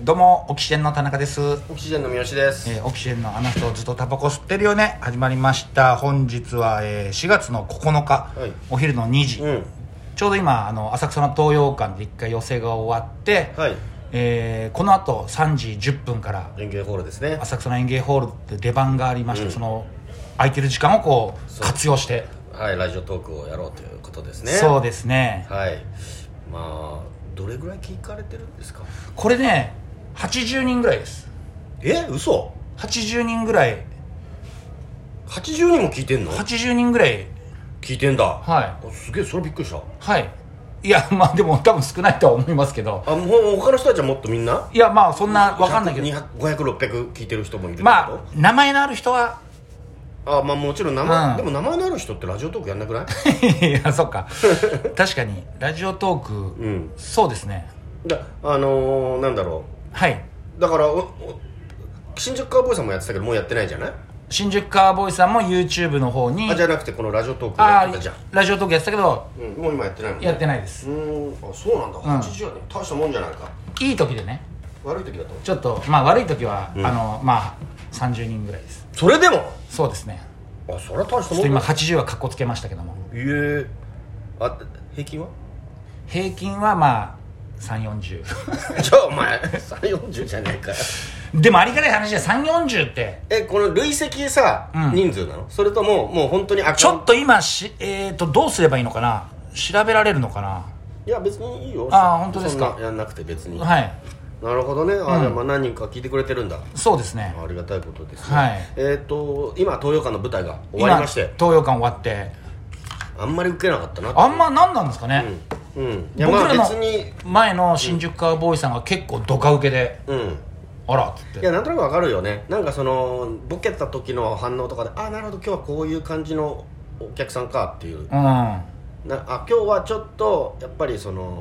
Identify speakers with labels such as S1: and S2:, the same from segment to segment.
S1: どうもオキシエンの田中です、
S2: オキシジェンの三好です、
S1: えーオキシエンのあの人ずっとタバコ吸ってるよね始まりました本日は、えー4月の9日、
S2: はい
S1: お昼の2時、
S2: うん
S1: ちょうど今あの浅草の東洋館で一回寄せが終わって、
S2: はい
S1: えーこのあと3時10分から
S2: 連携ホールですね
S1: 浅草の園芸ホールで出番がありまして、その空いてる時間をこう
S2: そう
S1: 活用して
S2: はいラジオトークをやろうということですね
S1: そうですね
S2: はいまあどれぐらい聞かれてるんですか
S1: これね80人ぐらいです
S2: え嘘
S1: 80人ぐらい
S2: 80人も聞いてんの
S1: 80人ぐらい
S2: 聞いてんだ
S1: はい
S2: すげえそれびっくりした
S1: はいいやまあでも多分少ないとは思いますけど
S2: あもう他の人たちはもっとみんない
S1: やまあそんなわかんないけど
S2: 500600聞いてる人もいるってこと
S1: まあ名前のある人は
S2: あまあもちろん名前、
S1: うん
S2: でも名前のある人ってラジオトークやんなくない
S1: いやそっか確かにラジオトーク、
S2: うん
S1: そうですね
S2: だあのー、なんだろ
S1: はいう
S2: だからおお新宿カーボーイさんもやってたけどもうやってないじゃない
S1: 新宿カーボーイさんも YouTube の方に
S2: あじゃなくてこのラジオトークや
S1: あ
S2: ってたじゃん
S1: ラジオトークやってたけど
S2: うん、もう今やってないもんね
S1: やってないです
S2: うーんあそうなんだ
S1: ん
S2: 80年、大したもんじゃないか
S1: いい時でね
S2: 悪い時だと
S1: ちょっとまあ悪い時は、あのまあ30人ぐらいです
S2: それでも
S1: そうですね
S2: あそれは大し
S1: ちょ
S2: た
S1: っ
S2: も
S1: と
S2: ん
S1: 今
S2: だ
S1: 80はかっこつけましたけども
S2: いえあ平均は
S1: 平均はまあ340
S2: じゃあお前340じゃないか
S1: でもありがたい話で340って
S2: えこの累積さ、
S1: うん
S2: 人数なのそれとももう本当にあ
S1: ちょっと今し、えー、とどうすればいいのかな調べられるのかない
S2: や別にいいよ
S1: あー本当ですか
S2: そんなやんなくて別に、
S1: はい
S2: なるほどねあ、じゃあまあ何人か聞いてくれてるんだ
S1: そうですね
S2: ありがたいことです、
S1: はい
S2: えっ、と今東洋館の舞台が終わりまし
S1: 今
S2: て
S1: 東洋館終わって
S2: あんまり受けなかったなって
S1: あんま何なんですかね、
S2: うん、うん、いや
S1: 僕
S2: まあ
S1: ら
S2: 別
S1: の
S2: に
S1: 前の新宿カーボーイさんが結構ドカ受けで、
S2: うん
S1: あらっつっ
S2: い
S1: て
S2: やなんとなくわかるよねなんかそのボケた時の反応とかであなるほど今日はこういう感じのお客さんかっていう
S1: うんは
S2: なあ今日はちょっとやっぱりその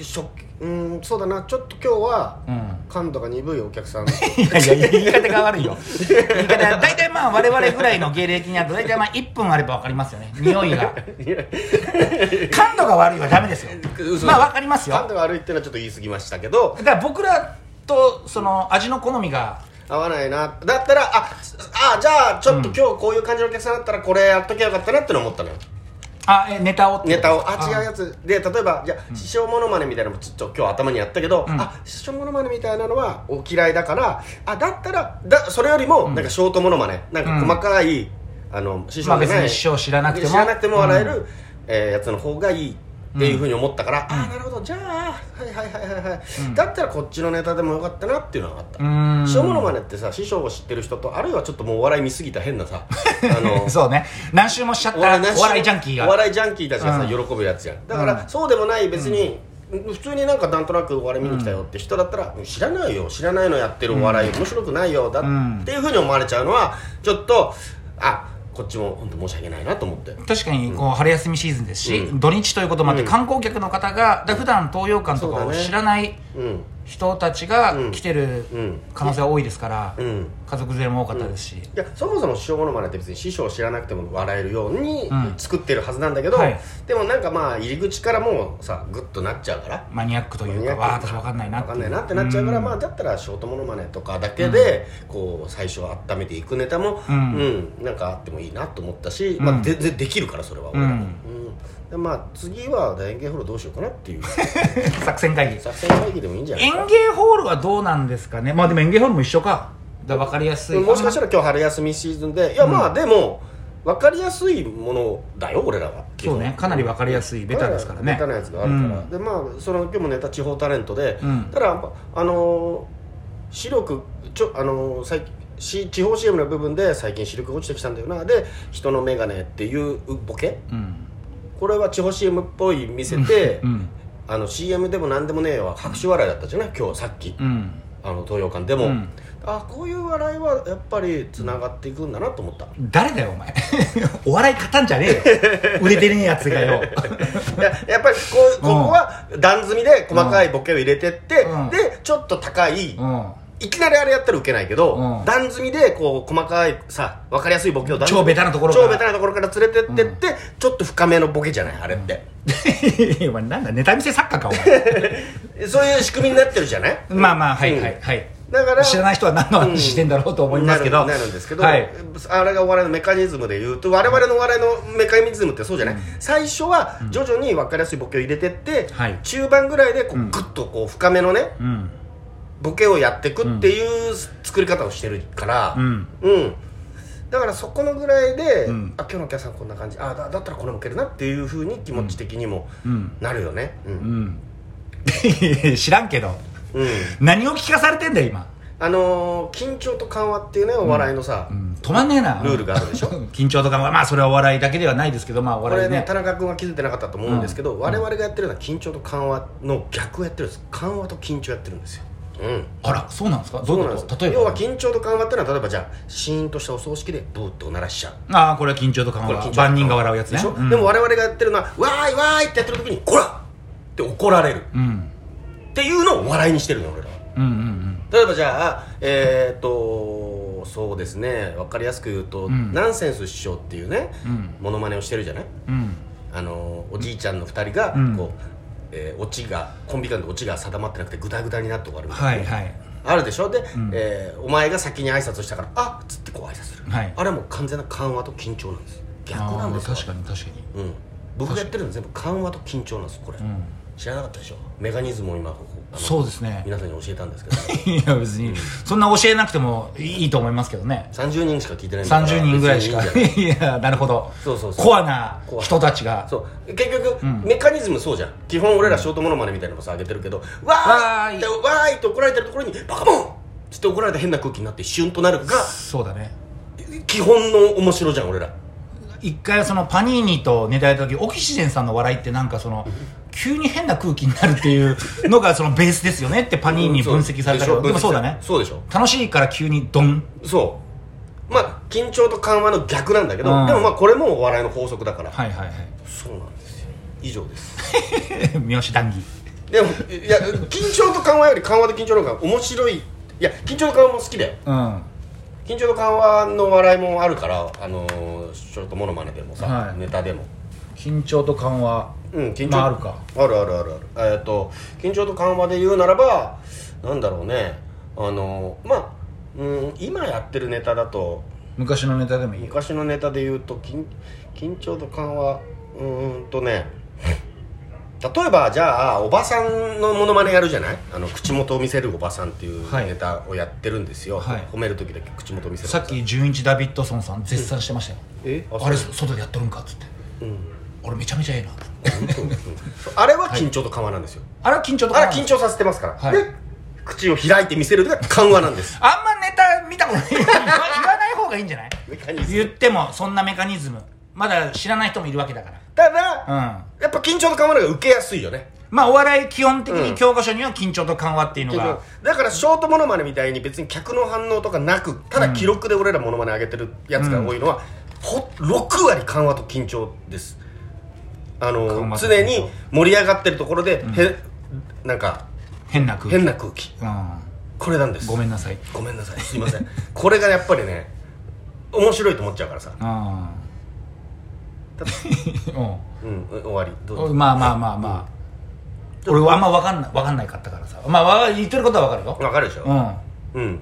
S2: しょうんそうだなちょっと今日は
S1: うん
S2: 感度が鈍いお客さん
S1: いやいや言い方が悪いよ言い方が大体まあ我々ぐらいの芸歴になると大体まあ1分あれば分かりますよね 匂いが感度が悪いはダメですよ
S2: 嘘
S1: まあ分かりますよ
S2: 感度が悪いっていうのはちょっと言い過ぎましたけど
S1: だから僕らとその味の好みが
S2: 合わないなだったらああじゃあちょっと今日こういう感じのお客さんだったらこれやっときゃよかったなっての思ったのよ
S1: あえネタをってこと
S2: ネタをあ違うやつで例えばじゃあ師匠モノマネみたいなのもちょっと今日頭にやったけど、あ師匠モノマネみたいなのはお嫌いだからあだったらだそれよりもなんかショートモノマネなんか細かい、あの師
S1: ま
S2: 匠
S1: あ別
S2: じゃない
S1: に師匠知らなくても
S2: 知らなくても笑える、えーやつの方がいいっていうふうに思ったから、あなるほどじゃあはいはいはいはいはい、だったらこっちのネタでもよかったなっていうのがあった
S1: うーん
S2: 師匠モノマネってさ師匠を知ってる人とあるいはちょっともうお笑い見すぎた変なさあ の
S1: そうね何周もしちゃった
S2: お
S1: ら
S2: 笑いなし
S1: お笑いジャンキー
S2: お
S1: が
S2: 笑いジャンキーたちがさ、
S1: う
S2: 喜ぶやつやんだから、
S1: うん
S2: そうでもない別に、普通になんかなんとなくお笑い見に来たよって人だったら、知らないよ知らないのやってるお笑い、面白くないよだ、
S1: ん
S2: っていうふうに思われちゃうのはちょっとあこっちも本当申し訳ないなと思って
S1: 確かにこう春休みシーズンですし、
S2: う
S1: 土日ということもあって
S2: うん
S1: 観光客の方がだ普段東洋館とか
S2: そ
S1: を
S2: うだね
S1: 知らない
S2: うん
S1: 人たちが
S2: うん
S1: 来てる
S2: うん
S1: 可能性は多いですから、
S2: うん
S1: 家族連れも多かったですし、
S2: いやそもそも師匠ものまねって別に師匠を知らなくても笑えるように
S1: ん
S2: 作ってるはずなんだけど、
S1: はい
S2: でもなんかまあ入り口からもうさグッとなっちゃうから
S1: マニアックというかわあ私分かんないな
S2: わ
S1: って
S2: か
S1: い
S2: ん
S1: う
S2: ないなってなっちゃうから、まあだったらショートモノマネとかだけで、こう最初は温めていくネタも、
S1: う
S2: うんんなんかあってもいいなと思ったし、まあ、全然できるからそれは俺らも、うんでまあ次は大演芸ホールどうしようか なっていう
S1: 作戦会議
S2: 作戦会議でもいいんじゃない
S1: 園
S2: かな
S1: 芸ホールはどうなんですかねまあでも園芸ホールも一緒かだから分かりやすい
S2: もしかしたら今日春休みシーズンでいやまあでも、分かりやすいものだよ俺らは基
S1: そう
S2: 本
S1: ねかなり分かりやすいベタですからね
S2: ベタなやつがあるから、
S1: うん
S2: でまあその今日もネタ地方タレントで、
S1: うん
S2: ただやっぱあのー視力ちょあのー最近し地方 CM の部分で最近視力が落ちてきたんだよなで人の眼鏡っていうボケ
S1: うん
S2: これは地方 CM っぽい見せて、
S1: うん
S2: あの CM でも何でもねえわ拍手笑いだったじゃない今日さっき、
S1: うん
S2: あの東洋館でも、
S1: うん
S2: あこういう笑いはやっぱりつながっていくんだなと思った
S1: 誰だよお前 お笑い勝たんじゃねえよ売れてねえやつが よ
S2: いややっぱりこうここは段積みで細かいボケを入れてって、
S1: うん
S2: でちょっと高い
S1: うん
S2: いきなりあれやったらウケないけど、
S1: うん
S2: 段積みでこう細かいさ分かりやすいボケを段積
S1: 超
S2: み
S1: ベタなところから
S2: 超ベタなところから連れてってって、ちょっと深めのボケじゃないあれって、
S1: お前なんだネタ見せ作家かお前
S2: そういう仕組みになってるじゃない
S1: まあまあはい
S2: うん
S1: はいはい
S2: だから
S1: 知らない人は何の話してんだろうと思いますけど、
S2: なるなるんですけど、
S1: はい、
S2: あれがお笑いのメカニズムでいうと我々のお笑いのメカニズムってそうじゃない、最初は徐々に分かりやすいボケを入れてって、
S1: はい
S2: 中盤ぐらいでこう、
S1: うん
S2: グッとこう深めのね
S1: うん
S2: ボケをやっていくっていう作り方をしてるから
S1: う、ん
S2: うんだからそこのぐらいで、
S1: うん
S2: あ今日のお客さんこんな感じあだだったらこれも受けるなっていうふうに気持ち的にも
S1: うん
S2: なるよねう、
S1: うんん 知らんけど
S2: うん
S1: 何を聞かされてんだよ今、
S2: あのー緊張と緩和っていうねお笑いのさ、
S1: うん、止まんねえな
S2: ルールがあるでしょ
S1: 緊張とかまあそれはお笑いだけではないですけどまあお
S2: こ
S1: 笑
S2: れ
S1: い
S2: ね
S1: ね
S2: 田中君は気づいてなかったと思うんですけど、
S1: うん
S2: 我々がやってるのは緊張と緩和の逆をやってるんです緩和と緊張やってるんですようん
S1: あらそうなんですかど
S2: そうう
S1: い
S2: なん
S1: う
S2: で
S1: こと
S2: す
S1: 例えば
S2: 要は緊張と緩和っていうのは例えばじゃあシーンとしたお葬式でブーッとお鳴らしちゃう
S1: ああこれは緊張と緩
S2: これ
S1: 和
S2: 緊張
S1: 万人が笑うやつね
S2: でしょ、
S1: うん
S2: でも我々がやってるのは「わーいわーい」ってやってる時に「こら!」って怒られる
S1: うん
S2: っていうのを笑いにしてるの俺らは
S1: うんうん
S2: 例えばじゃあえー、っとそうですね分かりやすく言うと、
S1: うん
S2: ナンセンス師匠っていうね
S1: うん
S2: モノマネをしてるじゃない
S1: うんうん
S2: あのおじいちゃんの2人がこう、
S1: うん
S2: えーオチがコンビ間でオチが定まってなくてグダグダになって終わるみたいな
S1: はいはい
S2: あるでしょで、
S1: ん
S2: えーお前が先に挨拶したから「あっ」つってこう挨拶する、
S1: はい
S2: あれはもう完全な緩和と緊張なんです逆なんです
S1: あ
S2: よ
S1: ー確かに確かに
S2: うん、僕がやってるの全部緩和と緊張なんですこれ、知らなかったでしょメカニズムを今ここあの
S1: そうですね
S2: 皆さんに教えたんですけど
S1: いや別にそんな教えなくてもいいと思いますけどね
S2: 30人しか聞いてないんだから
S1: 30人ぐらいしか
S2: 別にいいんじゃない
S1: いやなるほど
S2: そうそうそう
S1: コアな人たちが
S2: そう結局、メカニズムそうじゃん基本俺らショートモノマネみたいなのもさ上げてるけど「わーい!」って「わーい!」って怒られてるところに「バカモン!」つって怒られた変な空気になってシュンとなるが
S1: そうだね
S2: 基本の面白じゃん俺ら
S1: 一回そのパニーニとネタやった時オキシジェンさんの笑いってなんかその急に変な空気になるっていうのがそのベースですよね ってパニーニ分析されたけどでもそうだね
S2: そうでしょ
S1: 楽しいから急にドン
S2: そうまあ緊張と緩和の逆なんだけど、
S1: うん
S2: でもまあこれもお笑いの法則だから、
S1: はいはいはい
S2: そうなんですよ以上です
S1: 三好談義
S2: でもいや緊張と緩和より緩和と緊張の方が面白いいや緊張と緩和も好きだよ
S1: うんは
S2: 緊張と緩和の笑いもあるからあのーちょっとモノマネでもさ、
S1: はい
S2: ネタでも
S1: 緊張と緩和
S2: うん緊張、
S1: まああるか
S2: あるあるあるあるえーっと緊張と緩和で言うならばなんだろうねあのーまあうん今やってるネタだと
S1: 昔のネタでもいいよ
S2: 昔のネタで言うと緊緊張と緩和うーんとね例えばじゃあおばさんのモノマネやるじゃないあの口元を見せるおばさんっていう
S1: はい
S2: ネタをやってるんですよ、
S1: はい
S2: 褒める時だけ口元を見せる
S1: さっき純一ダビッドソンさん絶賛してましたよ
S2: えあ
S1: あれ
S2: そう
S1: 外でやっとるんかっつって
S2: うん
S1: 俺めちゃめちゃええな
S2: あれは緊張と緩和なんですよ、
S1: あれは緊張と緩
S2: あれ
S1: 和
S2: は緊張させてますから、
S1: はい
S2: で口を開いて見せるのが緩和なんです
S1: あんまネタ見たことない 言わない方がいいんじゃない
S2: メカニズム
S1: 言ってもそんなメカニズムまだ知らない人もいるわけだから
S2: ただ、
S1: うん
S2: やっぱ緊張と緩和の方が受けやすいよね
S1: まあお笑い基本的
S2: うん
S1: に教科書には緊張と緩和っていうのが、
S2: だからショートモノマネみたいに別に客の反応とかなくただ記録で俺らモノマネ上げてるやつが多いのは、ほ6割緩和と緊張ですあ
S1: 緩
S2: の
S1: 和と緊張
S2: 常に盛り上がってるところで、へなんか
S1: 変な空気
S2: 変な空気
S1: う
S2: これなんです
S1: ん、ごめんなさい
S2: ごめんなさいすいませんこれがやっぱりね面白いと思っちゃうからさ、
S1: うん
S2: うん、終わりどう
S1: う
S2: ぞ
S1: んまあまあまあまあ、俺はあんま分かんない分かんないかったからさまあわ言ってることは分かるよ
S2: わかるでし
S1: う
S2: ょ
S1: ん
S2: うん、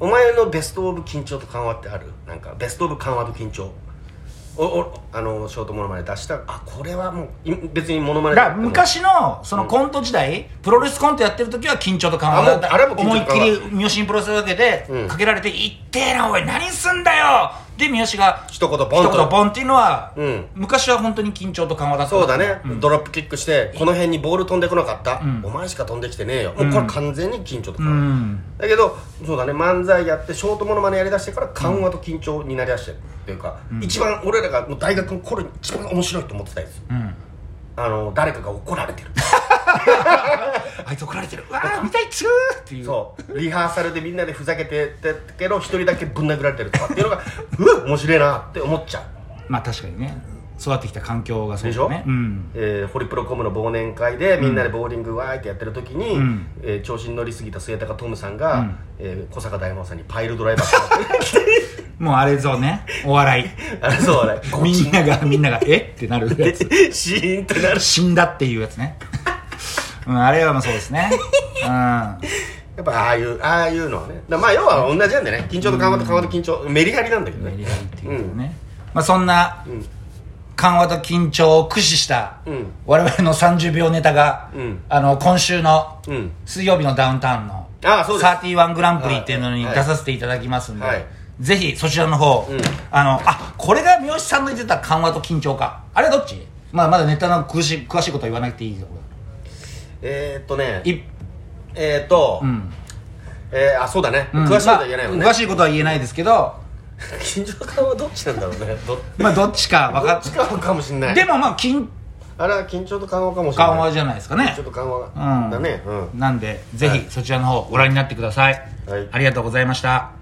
S2: お前のベストオブ緊張と緩和ってあるなんかベストオブ緩和と緊張おおあのショートモノマネ出したあこれはもうい別にモノマネ
S1: だから昔のそのコント時代、プロレスコントやってる時は緊張と緩和だった
S2: あもうあれも緊
S1: 思い
S2: 張
S1: っ
S2: と
S1: き
S2: 緩和
S1: り三好にプロレスかけて、
S2: うん
S1: かけられて「いってえなおい何すんだよ!」で三好が
S2: 一言ボン
S1: 一言
S2: と
S1: ボンっていうのは、
S2: うん
S1: 昔は本当に緊張と緩和だった
S2: そうだね、ドロップキックしてこの辺にボール飛んでこなかった、
S1: ん
S2: お前しか飛んできてねえよもうこれ完全に緊張と
S1: う
S2: 緩和、
S1: ん
S2: だけどそうだね漫才やってショートモノマネやりだしてから緩和と緊張になりだしてるっていうか、一番俺らがもう大学の頃に一番面白いと思ってたやつ
S1: うん
S2: あの誰かが怒ら れてる
S1: あいつ怒られてるうわー見たいっちゅーっていう
S2: そうリハーサルでみんなでふざけてたけど一人だけぶん殴られてるとかっていうのがうわ面白いなって思っちゃう
S1: まあ確かにね育ってきた環境がそう
S2: でしょ
S1: だねうん
S2: えーホリプロコムの忘年会でみんなでボーリングわーいってやってる時に、
S1: うん
S2: えー調子に乗りすぎた末高トムさんが、
S1: うん
S2: えー小坂大魔王さんにパイルドライバーって
S1: もうあれぞねお笑い
S2: あれそうあれ
S1: みんながみんながえってなる やつ
S2: シーンってなる
S1: 死んだっていうやつねうんあれはもうそうですねうん
S2: やっぱああいうああいうのはねだまあ要は同じなんだよね緊張と緩和と緩和と緊張メリハリなんだけど
S1: メリ
S2: ね
S1: ハリっていうかね、まあ、そんな
S2: うん
S1: 緩和と緊張を駆使した
S2: うん
S1: 我々の30秒ネタが、
S2: うん
S1: あの今週の
S2: うん
S1: 水曜日のダウンタウンの
S2: ああそうです
S1: 31グランプリっていうのに
S2: は
S1: 出
S2: い
S1: させていただきますんで、
S2: はい
S1: ぜひそちらの方、
S2: うん
S1: あのあこれが三好さんの言ってた緩和と緊張かあれどっち、まあ、まだネタの詳しい詳しいことは言わなくていいけど
S2: えー、っとね
S1: い
S2: えー、っと、
S1: うん
S2: えー、あそうだね、
S1: うん
S2: 詳しいことは言えないもんね、
S1: まあ詳しいことは言えないですけど
S2: 緊張緩和どっちなんだろうねど
S1: まあどっちか分
S2: ど
S1: か
S2: っちかかもしんない
S1: でもまあ緊
S2: あれは緊張と緩和かもしれない
S1: 緩和じゃないですかね
S2: ちょっと緩和
S1: うん
S2: だねうん
S1: なんでぜひそちらの方ご覧になってください、
S2: はい
S1: ありがとうございました